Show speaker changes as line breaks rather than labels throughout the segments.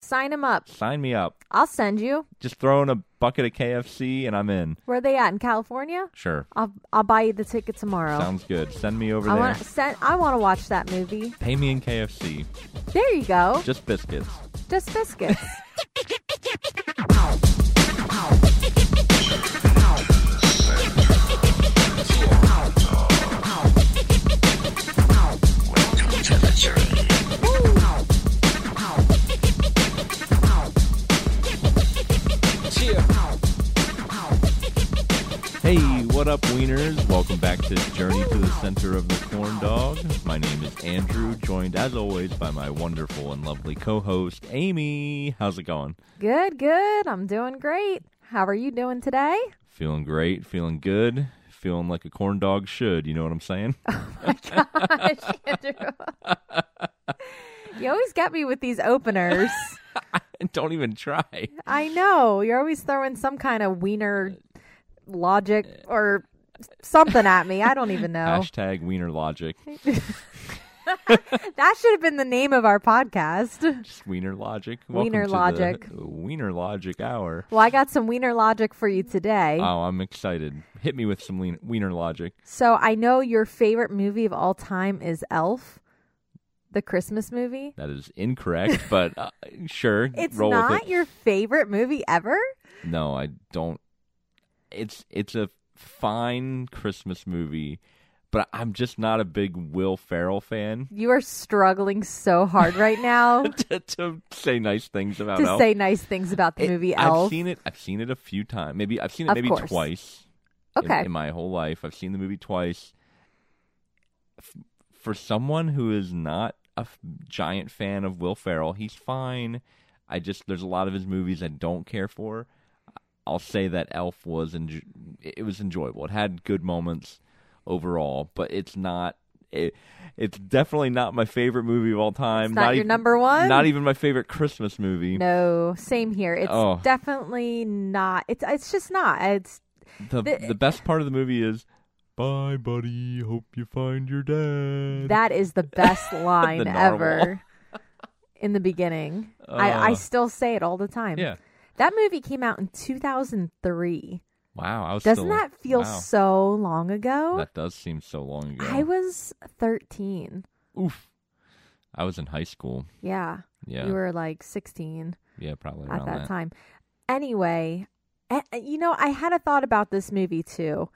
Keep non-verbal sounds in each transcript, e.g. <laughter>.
Sign them up.
Sign me up.
I'll send you.
Just throw in a bucket of KFC and I'm in.
Where are they at in California?
Sure.
I'll I'll buy you the ticket tomorrow.
Sounds good. Send me over
I
there.
want send, I want to watch that movie.
Pay me in KFC.
There you go.
Just biscuits.
Just
<laughs>
biscuits.
Hey, what up, wieners? Welcome back to Journey to the Center of the Corn Dog. My name is Andrew, joined as always by my wonderful and lovely co-host Amy. How's it going?
good, good. I'm doing great. How are you doing
<laughs>
today? <laughs>
Feeling great. Feeling good. Feeling like a corn dog should. You know what
<laughs>
I'm saying? <laughs>
Andrew. you always get me with these
<laughs>
openers.
Don't even try.
I know. You're always throwing some kind of wiener logic or something at me. I don't
<laughs>
even know.
Hashtag wiener logic.
That should have been the name of our podcast.
Just wiener logic. Welcome
Wiener
to the
logic.
wiener logic hour.
Well, I got some wiener logic for you today.
Oh, I'm excited. Hit me with some lean- wiener logic.
so I know your favorite movie of all time is Elf, the Christmas movie.
That is
<laughs>
incorrect, but uh, sure.
It's
roll with
not
it.
your favorite movie ever?
No, I don't. It's it's a fine Christmas movie, but I'm just not a big Will Ferrell fan <laughs>
You are struggling so hard right now
to, to say nice things about
to
Elf.
say nice things about the
It-
movie
I've
Elf.
seen it. I've seen it a few times. Maybe I've seen it
Of
maybe
course.
twice. in-
okay.
in, my whole life. I've seen the movie twice. F- For someone who is not a f- giant fan of Will Ferrell, he's fine. I just there's a lot of his movies I don't care for. I'll say that Elf was enj- it was enjoyable. It had good moments overall, but it's not. It, it's definitely not my favorite movie of all time.
It's not your
ev-
number one?
Not even my favorite Christmas movie.
no, same here. It's
Oh.
definitely not. It's it's just not. It's
The,
The-
the best part of the movie is, "Bye, buddy. Hope you find your dad."
that is the
<laughs>
best line
narwhal.
ever. In the beginning, I, I
Uh.
still say it all the time.
yeah.
That movie came out in 2003.
Wow, I was
Doesn't
still-
that feel
wow.
so long ago?
That does seem so long ago.
I was 13.
Oof, I was in high school.
Yeah.
Yeah,
You were like 16
yeah, probably
at
around
that time. Anyway, a- a- you know, I had a thought about this movie too.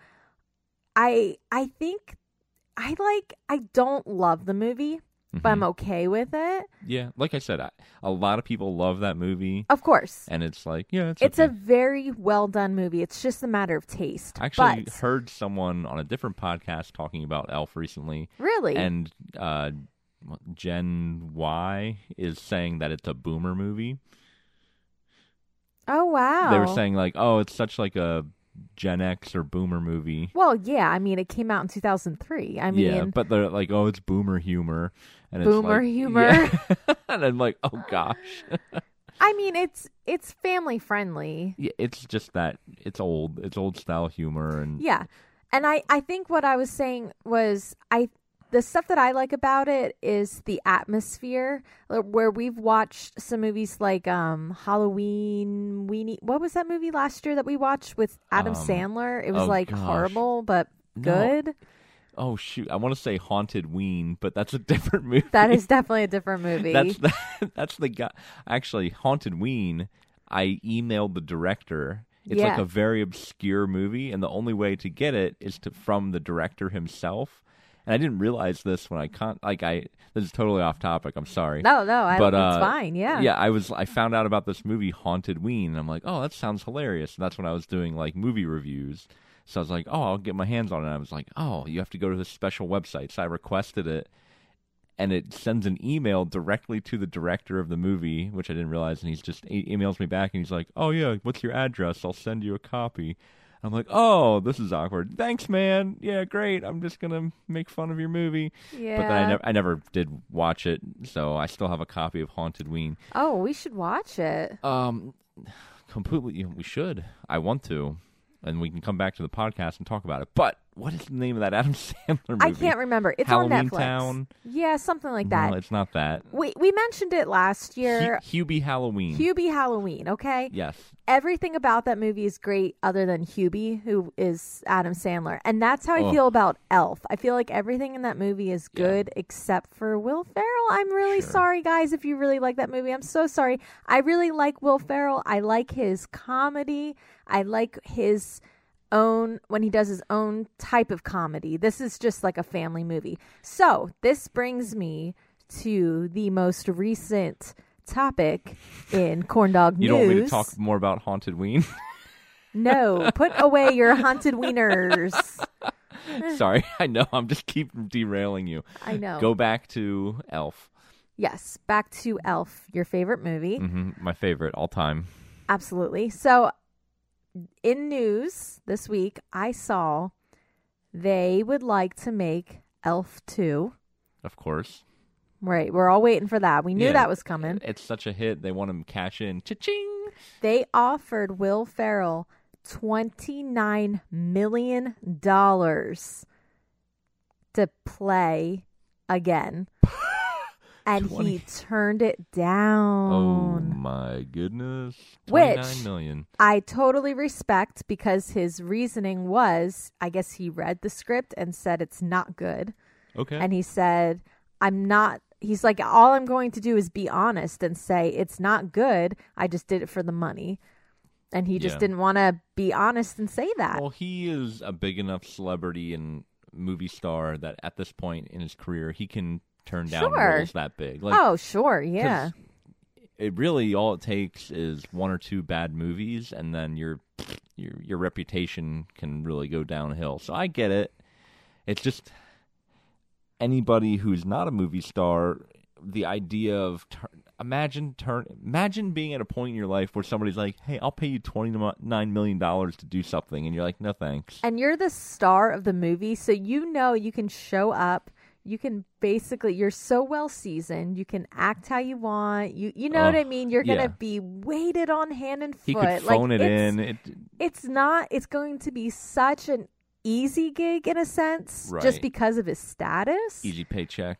I I think I like I don't love the movie, but I'm
Mhm.
okay with it.
Yeah, like I said, I, a lot of people love that movie,
Of course.
and it's like, yeah, it's
It's a
okay.
very well done movie. It's just a matter of taste.
I actually
but
heard someone on a different podcast talking about Elf recently,
really,
and uh, Gen Y is saying that it's a boomer movie.
oh wow,
They were saying like, oh, it's such like a Gen X or boomer movie.
Well, yeah, I mean, it came out in 2003. I mean,
yeah, but they're like, oh, it's boomer humor, and
Boomer
it's like,
humor. <laughs>
yeah. <laughs> and I'm like, oh gosh,
I mean, it's it's family friendly.
Yeah, it's just that it's old, it's old style humor, and
Yeah. And I I think what I was saying was I the stuff that I like about it is the atmosphere like, where we've watched some movies like um Halloween Weenie. What was that movie last year that we watched with Adam
Um,
Sandler? It was
oh,
like
gosh.
horrible but
No.
good.
oh shoot, I want to say haunted ween, but that's a <laughs> different movie.
That is definitely a different movie.
that's <laughs> the, that's the guy. Actually, haunted ween, I emailed the director. It's like
Yeah.
a very obscure movie, and the only way to get it is to from the director himself. And I didn't realize this when I con like I this is totally off topic. I'm sorry.
no, no, Oh, I,
but,
it's
uh,
fine. Yeah.
yeah i was i found out about this movie haunted ween and i'm like oh that sounds hilarious and that's when i was doing like movie reviews so i was like oh i'll get my hands on it and i was like oh you have to go to this special website so i requested it and it sends an email directly to the director of the movie which i didn't realize and he's just he emails me back and he's like oh yeah what's your address i'll send you a copy I'm like, oh, this is awkward. Thanks, man. Yeah, great. I'm just gonna make fun of your movie.
Yeah.
But then I never, I never did watch it, so I still have a copy of Haunted Ween.
oh, we should watch it.
Um, completely, we should. I want to, and we can come back to the podcast and talk about it. But what is the name of that Adam <laughs> Sandler movie?
I can't remember. It's
Halloween
on Netflix.
Town.
Yeah, something like
No,
that.
it's not that.
We we mentioned it last year.
Hu- Hubie Halloween.
Hubie Halloween, okay?
yes.
Everything about that movie is great other than Hubie, who is Adam Sandler. And that's how I
Oh.
feel about Elf. I feel like everything in that movie is good except for Will Ferrell. I'm really
Sure.
sorry, guys, if you really like that movie. I'm so sorry. I really like Will Ferrell. I like his comedy. I like his own when he does his own type of comedy. This is just like a family movie. So, this brings me to the most recent topic in corndog news.
You don't want me to talk more about
<laughs>
Haunted Ween? <laughs>
No, put away your haunted
<laughs>
wieners.
Sorry, I know. I'm just keep derailing you.
I know.
Go back to Elf.
Yes, back to Elf, your favorite movie.
hmm My favorite all time.
Absolutely. So, in news this week, I saw they would like to make Elf 2.
Of course.
Right, we're all waiting for that. We knew
Yeah.
that was coming.
It's such a hit. They want him cash in. Cha-ching.
They offered Will Ferrell $29 million to play again. and he
20.
turned it
Oh
down.
my goodness.
Which-
29 million.
I totally respect because his reasoning was I guess he read the script and said it's not good.
Okay.
And he said, I'm not. He's like, all I'm going to do is be honest and say it's not good. I just did it for the money. And he just
Yeah.
didn't want to be honest and say that.
Well, he is a big enough celebrity and movie star that at this point in his career, he can turn down
Sure.
roles that big. Like,
oh, sure. Yeah.
'cause It really all it takes is one or two bad movies, and then your your your reputation can really go downhill. So I get it. It's just anybody who's not a movie star, the idea of turn, imagine turn imagine being at a point in your life where somebody's like, "Hey, I'll pay you twenty nine million dollars to do something," and you're like, "No thanks."
And you're the star of the movie. So you know you can show up. You can basically, you're so well seasoned. You can act how you want. You you know what I
Ugh,
mean? You're
yeah.
going to be weighted on hand and foot.
He could phone
like,
it
it's,
in. It,
it's not it's going to be such an easy gig in a sense just
Right.
because of his status
easy paycheck.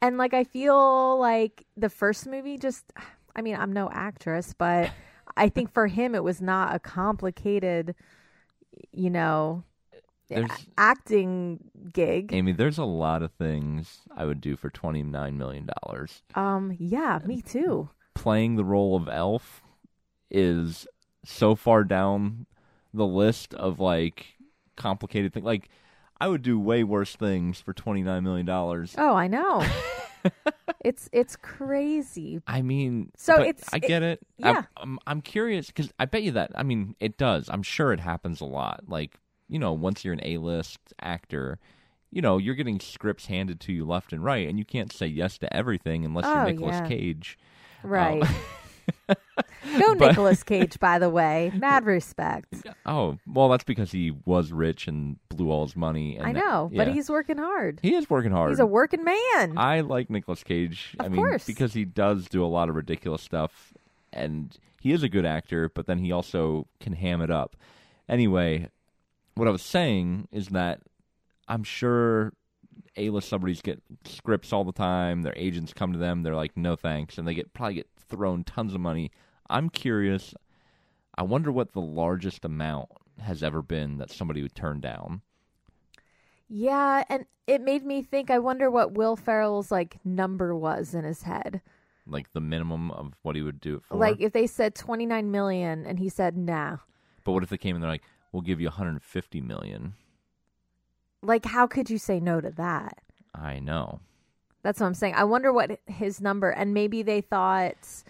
and like i feel like the first movie just i mean i'm no actress
<laughs>
but i think for him it was not a complicated you know
There's-
acting gig
Amy, there's a lot of things I would do for twenty nine million dollars.
um yeah me too
Playing the role of Elf is so far down the list of like complicated things. Like I would do way worse things for twenty nine million dollars.
oh i
<laughs>
know it's it's crazy
I mean,
So
but
it's-
I
it-
get it.
yeah.
I'm, I'm, I'm curious because I bet you that. I mean, it does. I'm sure it happens a lot. Like you know, once you're an A-list actor, you know you're getting scripts handed to you left and right, and you can't say yes to everything unless
Oh,
you're Nicolas
yeah.
Cage. <laughs>
right go
But-
nicholas cage by the way mad respect
Oh, well, that's because he was rich and blew all his money. And
I
that-
know, but
yeah.
he's working hard.
he is working hard.
He's a working man.
I like Nicolas Cage. I
Of
mean,
course.
because he does do a lot of ridiculous stuff, and he is a good actor. But then he also can ham it up. Anyway, what I was saying is that I'm sure A-list celebrities get scripts all the time. Their agents come to them. They're like, "No thanks," and they get probably get thrown tons of money. I'm curious. I wonder what the largest amount has ever been that somebody would turn down.
yeah, and it made me think. I wonder what Will Ferrell's like number was in his head.
Like the minimum of what he would do it for.
Like if they said twenty nine million and he said nah.
But what if they came and they're like, "We'll give you 150 million?
Like how could you say no to that?
I know.
That's what I'm saying. I wonder what his number and maybe they thought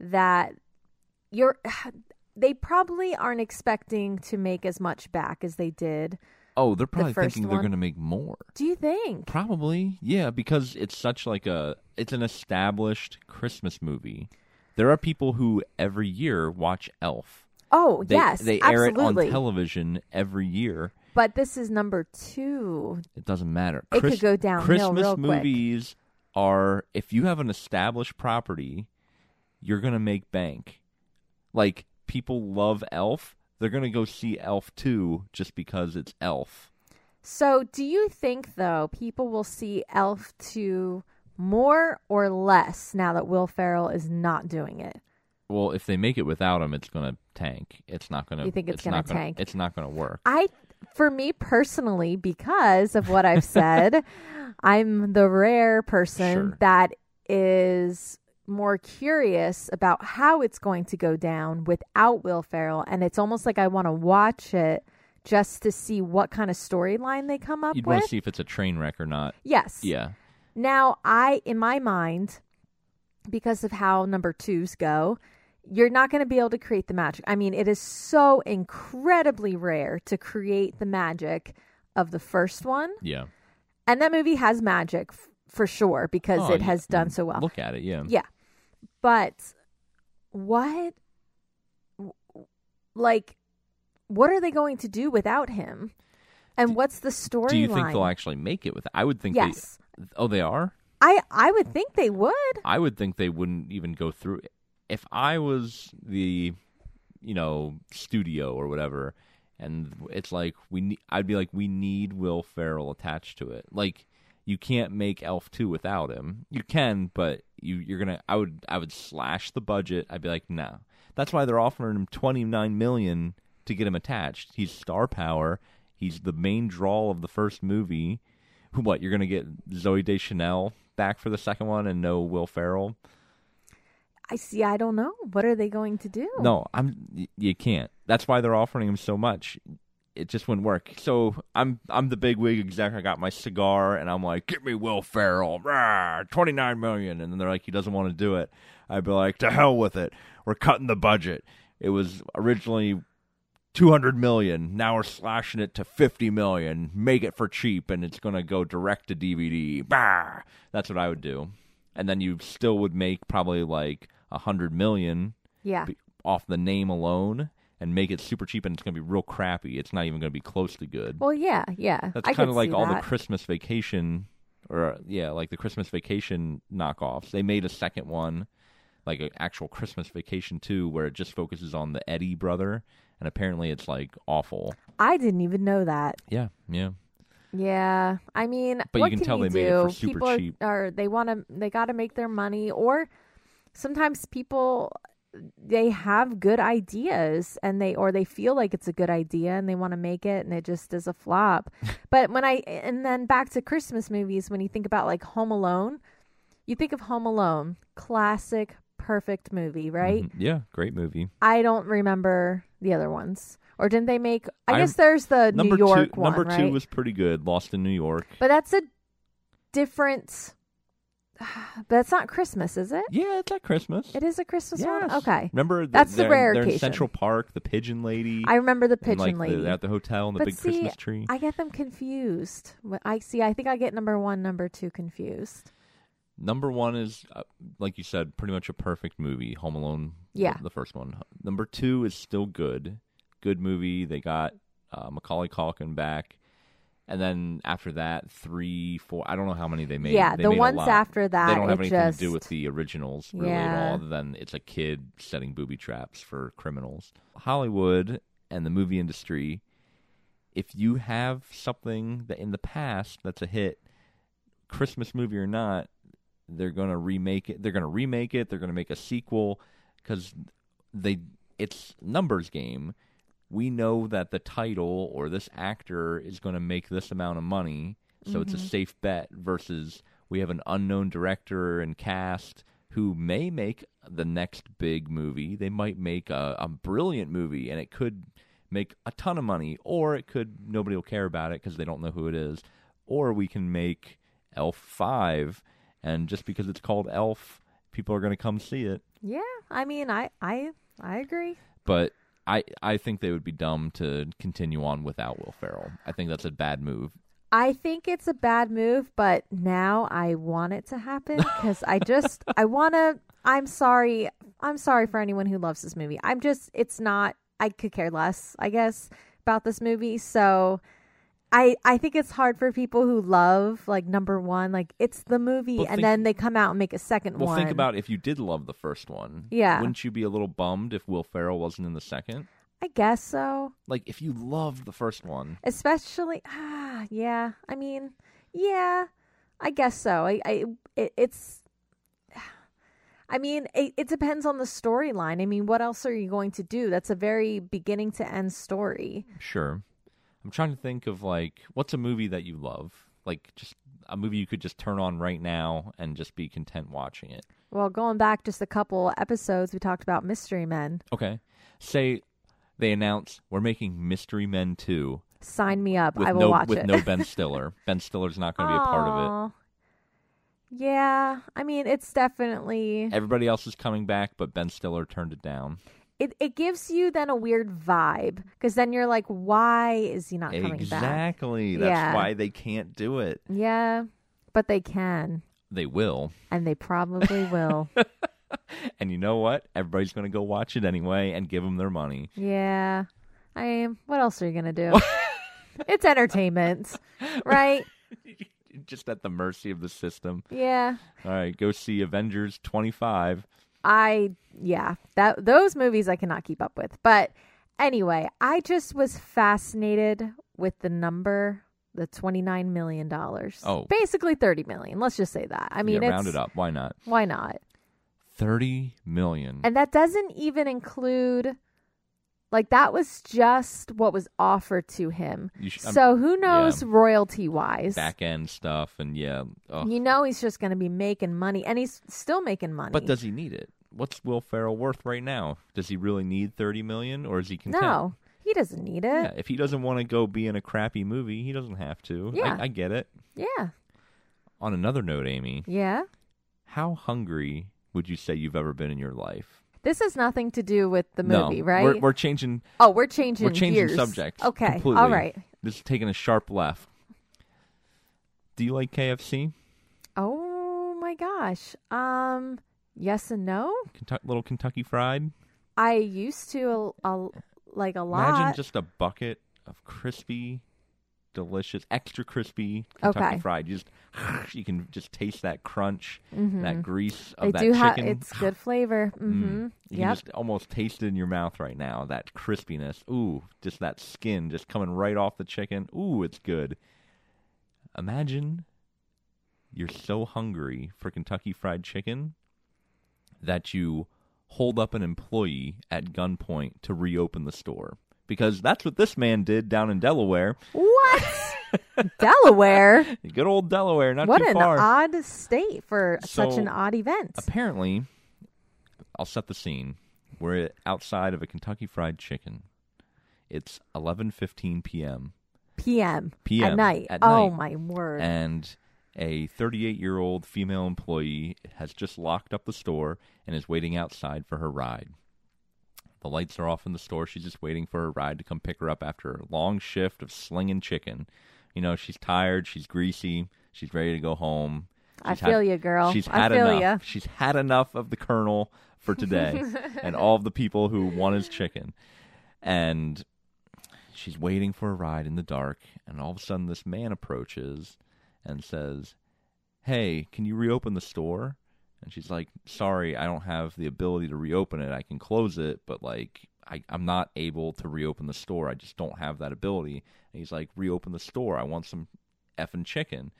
that you're <sighs> they probably aren't expecting to make as much back as they did.
Oh, they're probably
first
thinking
one?
they're going to make more.
Do you think?
Probably, yeah, because it's such like a it's an established Christmas movie. There are people who every year watch Elf.
Oh,
They,
yes.
they air
absolutely.
it on television every year.
But this is number 2
It doesn't matter.
It could go downhill
Christmas
real quick.
movies are if you have an established property, you're gonna make bank. Like people love Elf, they're gonna go see Elf two just because it's Elf.
So, do you think though people will see Elf two more or less now that Will Ferrell is not doing it?
Well, if they make it without him, it's going to tank. It's not going to.
You think it's gonna
not gonna-
tank?
It's not going to work.
I, for me personally, because of what I've said, I'm the rare person
Sure.
that is more curious about how it's going to go down without Will Ferrell, and it's almost like I want to watch it just to see what kind of storyline they come up
You'd
with.
want to see if it's a train wreck or not.
yes.
Yeah.
Now, I, in my mind, because of how number twos go, you're not going to be able to create the magic. I mean, it is so incredibly rare to create the magic of the first one.
Yeah.
And that movie has magic f- for sure because
Oh,
it
yeah.
has done
Mm,
so well.
Look at it. Yeah.
Yeah. But what, w- like, what are they going to do without him? And what's the storyline?
Do you think they'll actually make it with? I would think.
Yes.
They, oh, they are.
I, I would think they would.
I would think they wouldn't even go through. it. If I was the, you know, studio or whatever, and it's like we, ne- I'd be like, we need Will Ferrell attached to it. Like you can't make Elf two without him. You can, but you you're gonna. I would I would slash the budget. I'd be like, no. That's why they're offering him twenty nine million to get him attached. He's star power. He's the main draw of the first movie <laughs> what you're gonna get Zoe Deschanel back for the second one and no Will Ferrell?
I see. I don't know. What are they going to do?
No, I'm y- you can't. That's why they're offering him so much. It just wouldn't work. So I'm I'm the big wig exec. I got my cigar and I'm like, give me Will Ferrell, twenty nine million. And then they're like, he doesn't want to do it. I'd be like, to hell with it. We're cutting the budget. It was originally 200 million now we're slashing it to 50 million make it for cheap and it's going to go direct to dvd bah! that's what i would do and then you still would make probably like 100 million
Yeah.
b- off the name alone and make it super cheap and it's going to be real crappy it's not even going to be close to good
Well, yeah, yeah.
that's
I
kind
could
of like
see
all the
that.
christmas vacation or uh, yeah like the christmas vacation knockoffs they made a second one like an actual christmas vacation too where it just focuses on the eddie brother and apparently it's like awful
I didn't even know that.
yeah, yeah.
Yeah, I mean,
But you
what
can tell
you
they made it
do?
for super
people are-
cheap.
Are, they want to? They got to make their money, or sometimes people they have good ideas and they or they feel like it's a good idea and they want to make it and it just is a
<laughs>
flop. but when I and then back to Christmas movies, when you think about like Home Alone, you think of Home Alone, classic, perfect movie, right?
Mhm. Yeah, great movie.
I don't remember the other ones. Or didn't they make? I,
I-
guess there's the
number
New York
two,
one,
number
right?
two was pretty good. Lost in New York.
but that's a different. But that's not Christmas, is it?
Yeah, it's at Christmas.
It is a Christmas one.
Yes.
Okay,
Remember, the,
That's the
they're,
rare
they're in
occasion.
Central Park. The pigeon lady.
I remember the
and,
pigeon
like, the-
lady.
they're at the hotel and the
But
big
see,
Christmas tree.
I get them confused. Wh- I see. I think I get number one, number two confused.
Number one is, uh, like you said, pretty much a perfect movie. Home Alone.
Yeah.
the, the first one. Number two is still good. Good movie. They got uh, Macaulay Culkin back. And then after that, three, four. I don't know how many they made.
yeah,
They
the
made a
ones
lot.
after that,
they don't have
it
anything
just
to do with the originals really at
Yeah.
all other than it's a kid setting booby traps for criminals hollywood and the movie industry if you have something that in the past that's a hit christmas movie or not they're going to remake it they're going to remake it they're going to make a sequel because they it's numbers game we know that the title or this actor is going to make this amount of money so it's a safe bet versus we have an unknown director and cast who may make the next big movie they might make a, a brilliant movie and it could make a ton of money or it could nobody will care about it because they don't know who it is or we can make elf 5 and just because it's called elf people are going to come see it
Yeah, I mean, I, I, I agree.
but I I think they would be dumb to continue on without Will Ferrell. I think that's a bad move.
I think it's a bad move, but now I want it to happen because I just I want to. I'm sorry. I'm sorry for anyone who loves this movie. I'm just. It's not. I could care less. I guess about this movie. So. I, I think it's hard for people who love like number one, like it's the movie,
Well,
and
think-
then they come out and make a second
Well,
one.
think about if you did love the first one.
Yeah.
Wouldn't you be a little bummed if Will Ferrell wasn't in the second?
I guess so,
Like if you loved the first one,
especially. <sighs> Ah, yeah. I mean, yeah. I guess so. I, I it, it's. <sighs> I mean, it, it depends on the storyline. I mean, what else are you going to do? That's a very beginning to end story.
Sure. I'm trying to think of like what's a movie that you love? Like just a movie you could just turn on right now and just be content watching it.
Well, going back just a couple episodes, we talked about Mystery Men.
Okay. Say they announce we're making Mystery Men 2
Sign me up.
with
I will
no
watch
with
it.
no Ben Stiller. ben Stiller's not going to be a part of
Aw. Yeah, I mean, it's definitely
it. Everybody else is coming back, but Ben Stiller turned it down.
it. It gives you then a weird vibe because then you're like, why is he not coming back?
exactly. That's
Yeah.
why they can't do it.
Yeah, but they can,
They will.
and they probably
<laughs>
will.
And you know what? Everybody's going to go watch it anyway and give them their money.
yeah, I mean, what else are you gonna do? <laughs> it's entertainment, right?
just at the mercy of the system.
Yeah,
All right, go see Avengers 25.
I yeah that those movies I cannot keep up with. But anyway, I just was fascinated with the number, the twenty nine million dollars.
Oh.
basically thirty million. Let's just say that. I mean,
yeah,
it's,
round it up. Why not?
Why not?
30 million.
And that doesn't even include, like that was just what was offered to him.
You sh- I'm-
so who knows royalty wise?
back end stuff and yeah. Ugh.
You know he's just going to be making money, and he's still making money.
But does he need it? What's Will Ferrell worth right now? Does he really need 30 million or is he content?
no, Eh. he doesn't need
Yeah,
it.
if he doesn't want to go be in a crappy movie, he doesn't have to.
Yeah.
I, I get it.
yeah,
On another note, Amy,
yeah.
how hungry would you say you've ever been in your life?
This has nothing to do with the movie,
no,
right?
We're, we're changing
oh, we're changing.
We're changing
gears.
subjects.
Okay.
completely.
All right.
This is taking a sharp left. Do you like KFC?
Oh my gosh. Um. Yes and no.
Kentucky, little Kentucky Fried.
I used to a, a, like a lot.
Imagine just a bucket of crispy, delicious, extra crispy Kentucky
Okay.
Fried. You just <laughs> you can just taste that crunch, that grease of
Mm-hmm. they
that
do have
chicken. Mm.
it's good flavor. Mm-hmm. Yep.
you can just almost taste it in your mouth right now. That crispiness. Ooh, just that skin just coming right off the chicken. Ooh, it's good. Imagine you're so hungry for Kentucky Fried Chicken that you hold up an employee at gunpoint to reopen the store. Because that's what this man did down in Delaware.
<laughs>
<laughs>
What? Delaware?
Good old Delaware, <laughs> not
what
too
an
far.
odd state for such
So-
an odd event.
apparently, I'll set the scene. We're outside of a Kentucky Fried Chicken. It's 11:15 p.m.
PM. At
PM,
night.
at
oh
night.
my word.
and a 38-year-old female employee has just locked up the store and is waiting outside for her ride. The lights are off in the store. She's just waiting for her ride to come pick her up after a long shift of slinging chicken. You know, she's tired, she's greasy, she's ready to go home.
I
She's
feel ya, girl.
She's
I
had
feel
enough.
ya.
She's had enough of the colonel for
<laughs>
today and all of the people who want his chicken. And she's waiting for a ride in the dark, and all of a sudden this man approaches and says, "Hey, can you reopen the store?" And she's like, "Sorry, I don't have the ability to reopen it. I can close it, but like I, I'm not able to reopen the store. I just don't have that ability." And he's like, "Reopen the store. I want some effing chicken."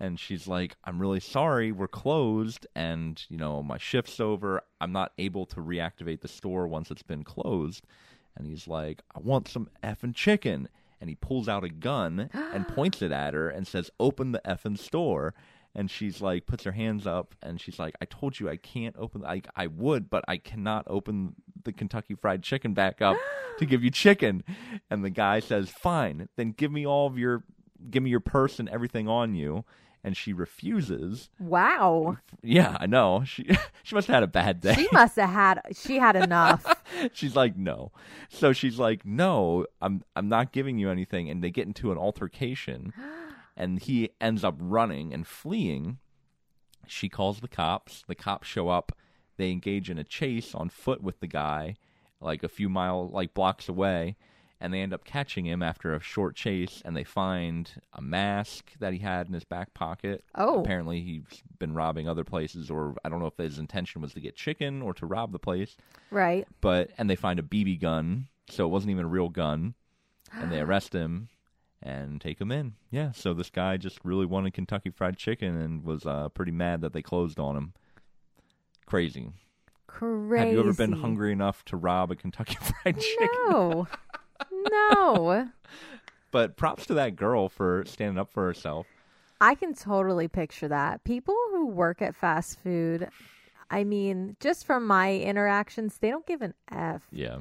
And she's like, "I'm really sorry. We're closed, and you know my shift's over. I'm not able to reactivate the store once it's been closed." And he's like, "I want some effing chicken." And he pulls out a gun and points it at her and says, "Open the effing store." and she's like puts her hands up and she's like i told you i can't open like i would but i cannot open the kentucky fried chicken back up to give you chicken and the guy says fine then give me all of your give me your purse and everything on you and she refuses <laughs>
wow.
yeah i know she <laughs> she must have had a bad day
She must have had she had enough. <laughs>
<laughs> she's like no so she's like no i'm i'm not giving you anything and they get into an altercation and he ends up running and fleeing she calls the cops the cops show up they engage in a chase on foot with the guy like a few mile like blocks away and they end up catching him after a short chase and they find a mask that he had in his back pocket
Oh.
apparently he's been robbing other places or i don't know if his intention was to get chicken or to rob the place
right. <gasps>
but and they find a BB gun, so it wasn't even a real gun, and they arrest him, and take them in. Yeah. So this guy just really wanted Kentucky Fried Chicken and was uh, pretty mad that they closed on him. Crazy.
Crazy.
Have you ever been hungry <laughs> enough to rob a Kentucky <laughs> Fried Chicken?
No. no.
But props to that girl for standing up for herself.
I can totally picture that. People who work at fast food, I mean, just from my interactions, they don't give an F.
Yeah.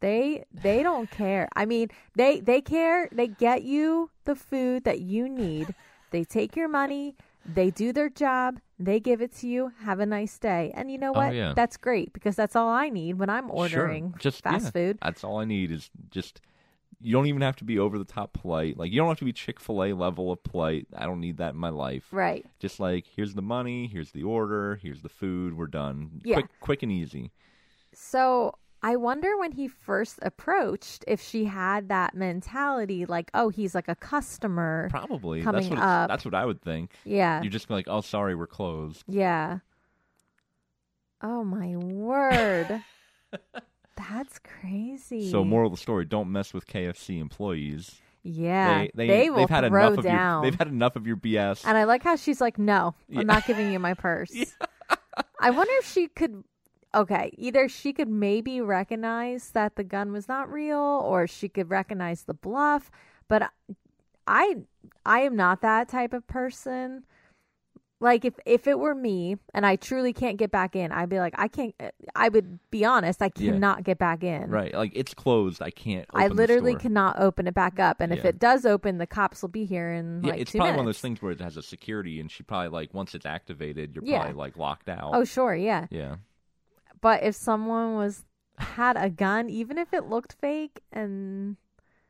They they don't care. I mean, they they care. They get you the food that you need. They take your money. They do their job. They give it to you. Have a nice day. And you know
Oh,
what?
yeah.
That's great because that's all I need when I'm ordering
sure. just
fast
yeah.
food.
That's all I need is just. You don't even have to be over the top polite. Like you don't have to be Chick Fil A level of polite. I don't need that in my life.
Right.
Just like here's the money, here's the order, here's the food. We're done.
Yeah.
Quick, quick and easy.
So I wonder when he first approached if she had that mentality, like, oh, he's like a customer.
Probably.
Coming
that's what
up.
It's, that's what I would think.
yeah.
You're just like, oh, sorry, we're closed.
yeah. Oh my word. That's crazy.
So moral of the story: don't mess with KFC employees.
Yeah.
they, they,
will
have had
throw
enough
down.
Of your, they've had enough of your BS.
and I like how she's like, no,
Yeah.
I'm not giving you
<laughs>
my purse. I wonder if she could. Okay, either she could maybe recognize that the gun was not real, or she could recognize the bluff. But I, I am not that type of person. Like if if it were me and I truly can't get back in, I'd be like, I can't. I would be honest, I
Yeah.
cannot get back in.
<laughs> right? Like it's closed. I can't.
I
open the
literally
store.
cannot open it back up, and if
Yeah.
it does open, the cops will be here in
Yeah,
like
it's
two
probably
minutes.
one of those things where it has a security, and she probably like once it's activated, you're
Yeah.
probably like locked out.
Oh sure, yeah.
yeah,
But if someone was had a gun, even if it looked fake, and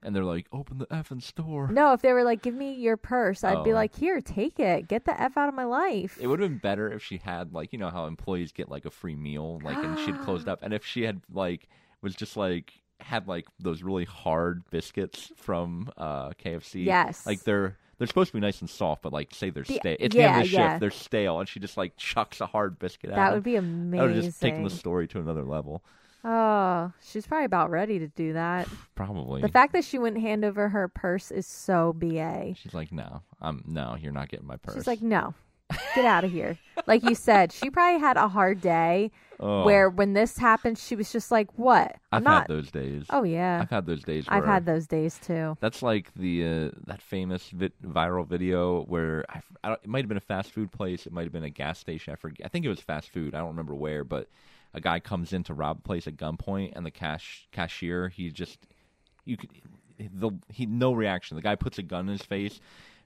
and they're like, open the effing store.
no, if they were like, "Give me your purse," I'd be
Oh.
like, "Here, take it. Get the f out of my life."
It would have been better if she had like you know how employees get like a free meal, like and
<gasps>
she'd closed up, and if she had like was just like had like those really hard biscuits from uh KFC.
Yes.
like they're. They're supposed to be nice and soft, but like say they're
The-
stale. It's the
yeah,
end of the shift.
yeah.
They're stale, and she just like chucks a hard biscuit at
that
them.
would be
That
amazing.
would have just taken the story to another level,
oh, she's probably about ready to do that.
probably.
The fact that she wouldn't hand over her purse is so ba.
She's like, no, um, no, you're not getting my purse.
She's like, "No, get out of
<laughs>
here." Like you said, she probably had a hard day.
oh,
Where when this happened, she was just like, "What?
I've
I'm not."
had those days.
Oh yeah,
I've had those days. Where
I've had those days too.
That's like the uh, that famous vi- viral video where I, f- I don't, it might have been a fast food place, it might have been a gas station. I forget. I think it was fast food. I don't remember where, but a guy comes in to rob a place at gunpoint, and the cash cashier he just you could the he no reaction. The guy puts a gun in his face,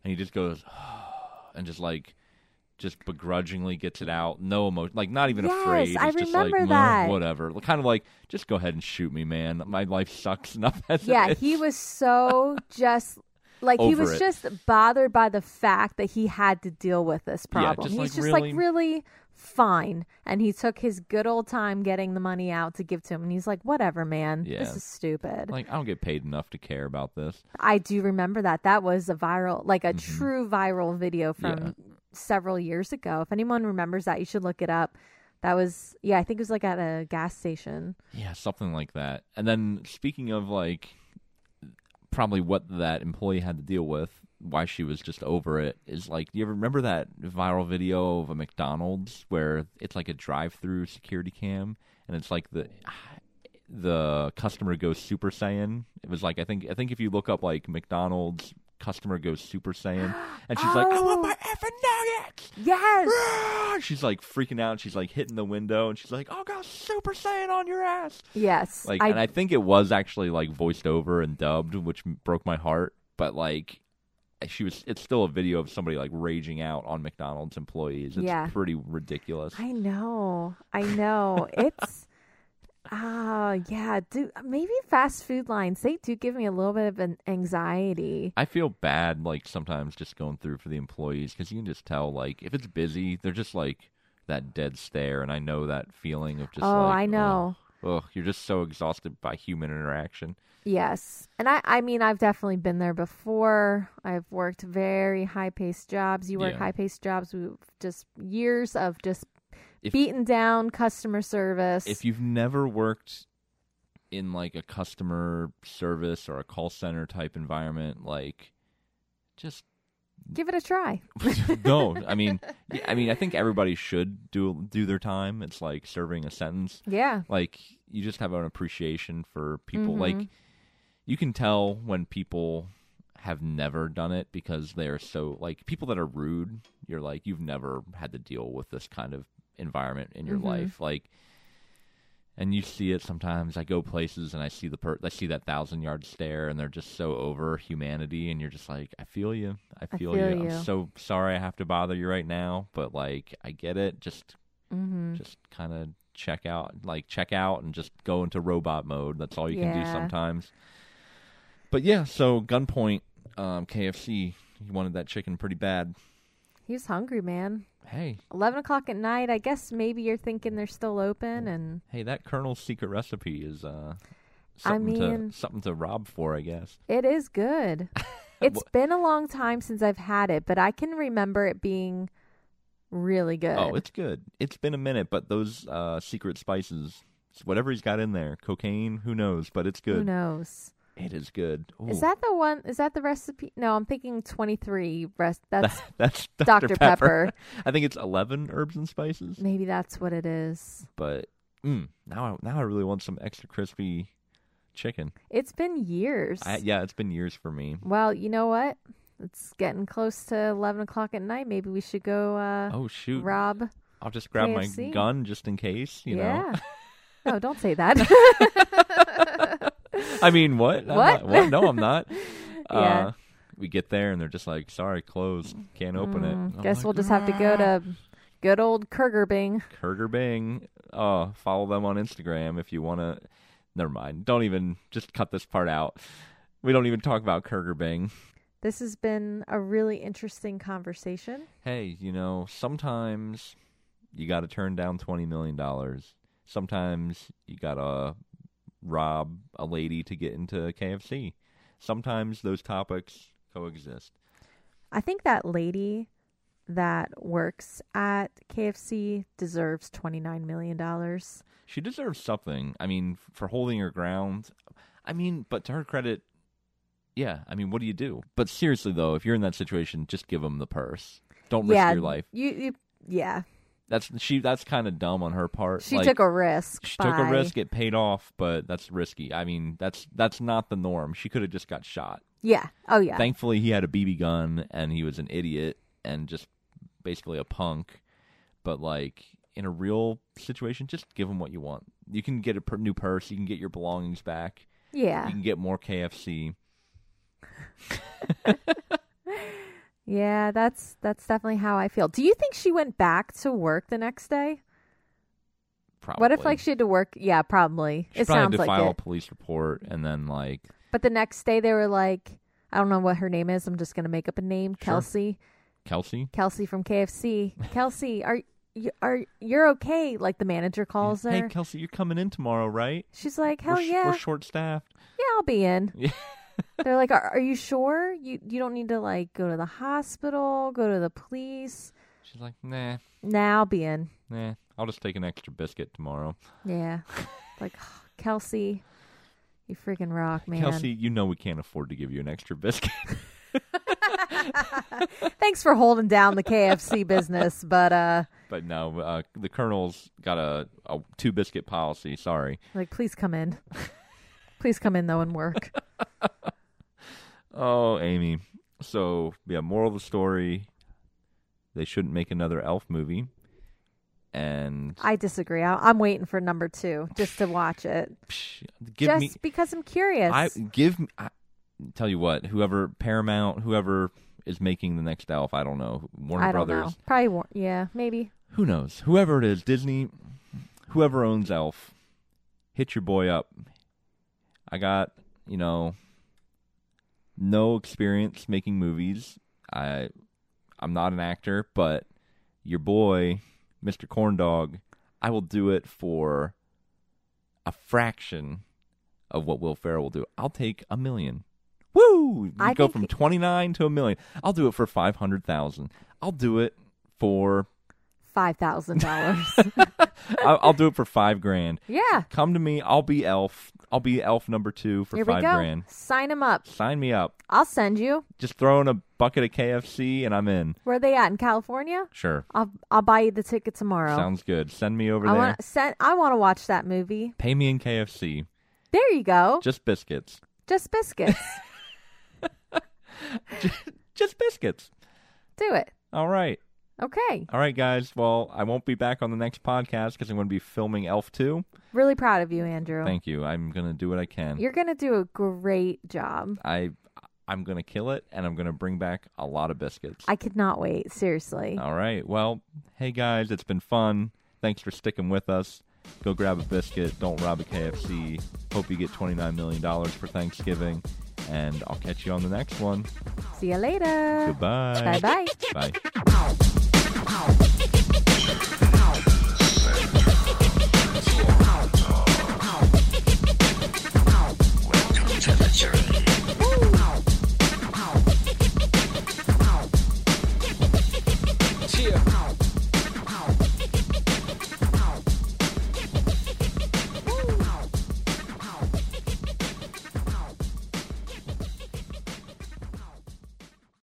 and he just goes <sighs> and just like. Just begrudgingly gets it out, no emotion, like not even
Yes,
afraid.
I
It's just like,
remember
"Meh,
that."
whatever. Kind of like, just go ahead and shoot me, man. My life sucks <laughs> enough as it
Yeah,
is."
he was so just like he
Over
was
it.
just bothered by the fact that he had to deal with this problem.
just
He's
like,
just
really?
like really fine, and he took his good old time getting the money out to give to him, and he's like, "Whatever, man,
Yeah.
this is stupid."
Like I don't get paid enough to care about this.
I do remember that that was a viral, like a
Mm-hmm.
true viral video from several years ago. If anyone remembers that, you should look it up. That was yeah, I think it was like at a gas station.
Yeah, something like that. And then speaking of like probably what that employee had to deal with, why she was just over it is like do you ever remember that viral video of a McDonald's where it's like a drive-through security cam and it's like the the customer goes super saiyan. It was like I think I think if you look up like McDonald's customer goes super saiyan and she's like I want
Oh.
my effing nuggets.
Yes.
"Ah!" she's like freaking out. She's like hitting the window, and she's like, "Oh god, Super Saiyan on your ass!"
Yes.
Like, and I think it was actually like voiced over and dubbed, which m- broke my heart. But like, she was. It's still a video of somebody like raging out on McDonald's employees. It's
Yeah.
pretty ridiculous.
I know. I know. It's <laughs> ah yeah, dude. Maybe fast food lines they do give me a little bit of an anxiety.
I feel bad, like sometimes just going through for the employees because you can just tell, like, if it's busy, they're just like that dead stare, and I know that feeling of just.
oh,
like, uh,
I know.
Ugh, ugh, you're just so exhausted by human interaction.
Yes. And I I mean I've definitely been there before. I've worked very high-paced jobs. You work
Yeah.
high-paced jobs with just years of just
If-
beaten down customer service.
if you've never worked in like a customer service or a call center type environment like just <laughs>
Give it a try.
no. I mean, yeah, I mean, I think everybody should do do their time. It's like serving a sentence.
Yeah.
Like you just have an appreciation for people.
Mhm.
Like you can tell when people have never done it because they're so like people that are rude. You're like you've never had to deal with this kind of environment in your
Mhm.
life. Like. And you see it sometimes. I go places and I see the per- I see that thousand yard stare, and they're just so over humanity. And you're just like, I feel you, I feel,
feel
you.
you.
I'm so sorry I have to bother you right now, but like I get it. Just
Mm-hmm.
just kind of check out, like check out, and just go into robot mode. That's all you can do
Yeah.
sometimes. But yeah, so gunpoint, um, KFC. He wanted that chicken pretty bad.
He was hungry, man.
Hey,
11 o'clock at night. I guess maybe you're thinking they're still open
Mm.
and
hey, that Colonel's secret recipe is uh,
I
something
mean-
to something to rob for, I guess.
it is good.
<laughs>
It's been a long time since I've had it, but I can remember it being really good.
Oh, it's good. It's been a minute, but those uh, secret spices, whatever he's got in there, cocaine, who knows? But it's
Who
good.
knows?
It is good. Ooh.
Is that the one? Is that the recipe? No, I'm thinking 23.
<laughs>
Rest, that's
<laughs> that's
Dr.
Dr.
Pepper.
<laughs> I think it's eleven herbs and spices.
maybe that's what it is.
But mm, now, I, now I really want some extra crispy chicken.
It's been years.
I, yeah, it's been years for me.
Well, you know what? It's getting close to 11 o'clock at night. Maybe we should go uh,
Oh shoot!
rob.
I'll just grab my
KFC.
gun just in case. You <laughs>
yeah. no, don't say that.
know. I mean, what?
What?
I'm not- what? No, I'm not.
<laughs> Yeah.
Uh, we get there and they're just like, "Sorry, closed. Can't open it." I'm
Mm, Guess
like,
we'll just have to go to good old Kurgerbing.
Kurger Bing. Oh, follow them on Instagram if you want to. Never mind. Don't even. Just cut this part out. We don't even talk about Kurger Bing.
This has been a really interesting conversation.
Hey, you know, sometimes you got to turn down $20 million. Sometimes you got to rob a lady to get into KFC. Sometimes those topics coexist.
I think that lady that works at KFC deserves $29 million.
She deserves something. I mean, f- for holding her ground. I mean, but to her credit, yeah. I mean, what do you do? But seriously, though, if you're in that situation, just give them the purse. Don't risk
yeah,
your life.
You, you, yeah,
That's she. That's kind of dumb on her part.
she
Like,
took a risk.
She took a
by-
risk. It paid off, but that's risky. I mean, that's that's not the norm. She could have just got shot.
Yeah. Oh yeah.
Thankfully, he had a BB gun and he was an idiot and just basically a punk. But like in a real situation, just give him what you want. You can get a per- new purse. You can get your belongings back.
yeah.
You can get more KFC.
Yeah, that's that's definitely how I feel. Do you think she went back to work the next day?
Probably.
What if like she had to work? Yeah, probably.
She
it
probably
sounds
had to
like
file
it.
a police report and then like
But the next day they were like, I don't know what her name is. I'm just gonna make up a name.
Sure.
Kelsey,
Kelsey.
Kelsey from KFC. Kelsey, are you are you're okay? Like the manager calls
hey
her.
Kelsey, you're coming in tomorrow, right?
She's like, Hell
we're, sh-
yeah,
We're short staffed.
yeah, I'll be in.
Yeah.
<laughs> They're like, are, are you sure? You you don't need to like go to the hospital, go to the police.
She's like, nah,
Now I'll be in.
nah. I'll just take an extra biscuit tomorrow. <laughs>
Yeah. like "Oh, Kelsey, you freaking rock, man.
Kelsey, you know we can't afford to give you an extra <laughs> biscuit.
Thanks for holding down the KFC business, <laughs> but uh
But no, uh, the colonel's got a, a two biscuit policy. Sorry.
like please come
<laughs>
in. please come in though and work.
Oh, Amy. So yeah, moral of the story: they shouldn't make another Elf movie. And
I disagree. I- I'm waiting for number 2 just to watch it.
psh, give
just
me,
because I'm curious.
I give me. I, tell you what, whoever Paramount, whoever is making the next Elf, I don't know Warner
I don't
Brothers,
know. Probably won't. Yeah, maybe.
who knows? Whoever it is, Disney, whoever owns Elf, hit your boy up. I got, you know, no experience making movies. I I'm not an actor, but your boy, Mr. Corndog, I will do it for a fraction of what Will Ferrell will do. I'll take a million. Woo! You
I
go
think-
from 29 to a million. I'll do it for 500,000. I'll do it for <laughs>
$5,000.
I'll, I'll do it for five grand.
<laughs> Yeah.
Come to me. I'll be elf. I'll be elf number two for
Here we
five
go.
grand.
Sign them up.
Sign me up.
I'll send you.
Just throw in a bucket of KFC and I'm in.
Where they at in California?
Sure.
I'll I'll buy you the ticket tomorrow.
Sounds good. Send me over
I
there.
want send. I want to watch that movie.
Pay me in KFC.
There you go.
Just biscuits.
Just biscuits.
<laughs> Just biscuits.
Do it.
All right.
Okay.
All right, guys. Well, I won't be back on the next podcast because I'm going to be filming Elf 2.
Really proud of you, Andrew.
Thank you. I'm going to do what I can.
You're gonna do a great job.
I I'm going to kill it and I'm going to bring back a lot of biscuits.
I could not wait. Seriously.
All right. Well, hey guys, it's been fun. Thanks for sticking with us. Go grab a biscuit. Don't rob a KFC. Hope you get $29 million for Thanksgiving. And I'll catch you on the next one.
See you later.
Oh. Goodbye.
Bye bye.
Bye.
Ow. Ow.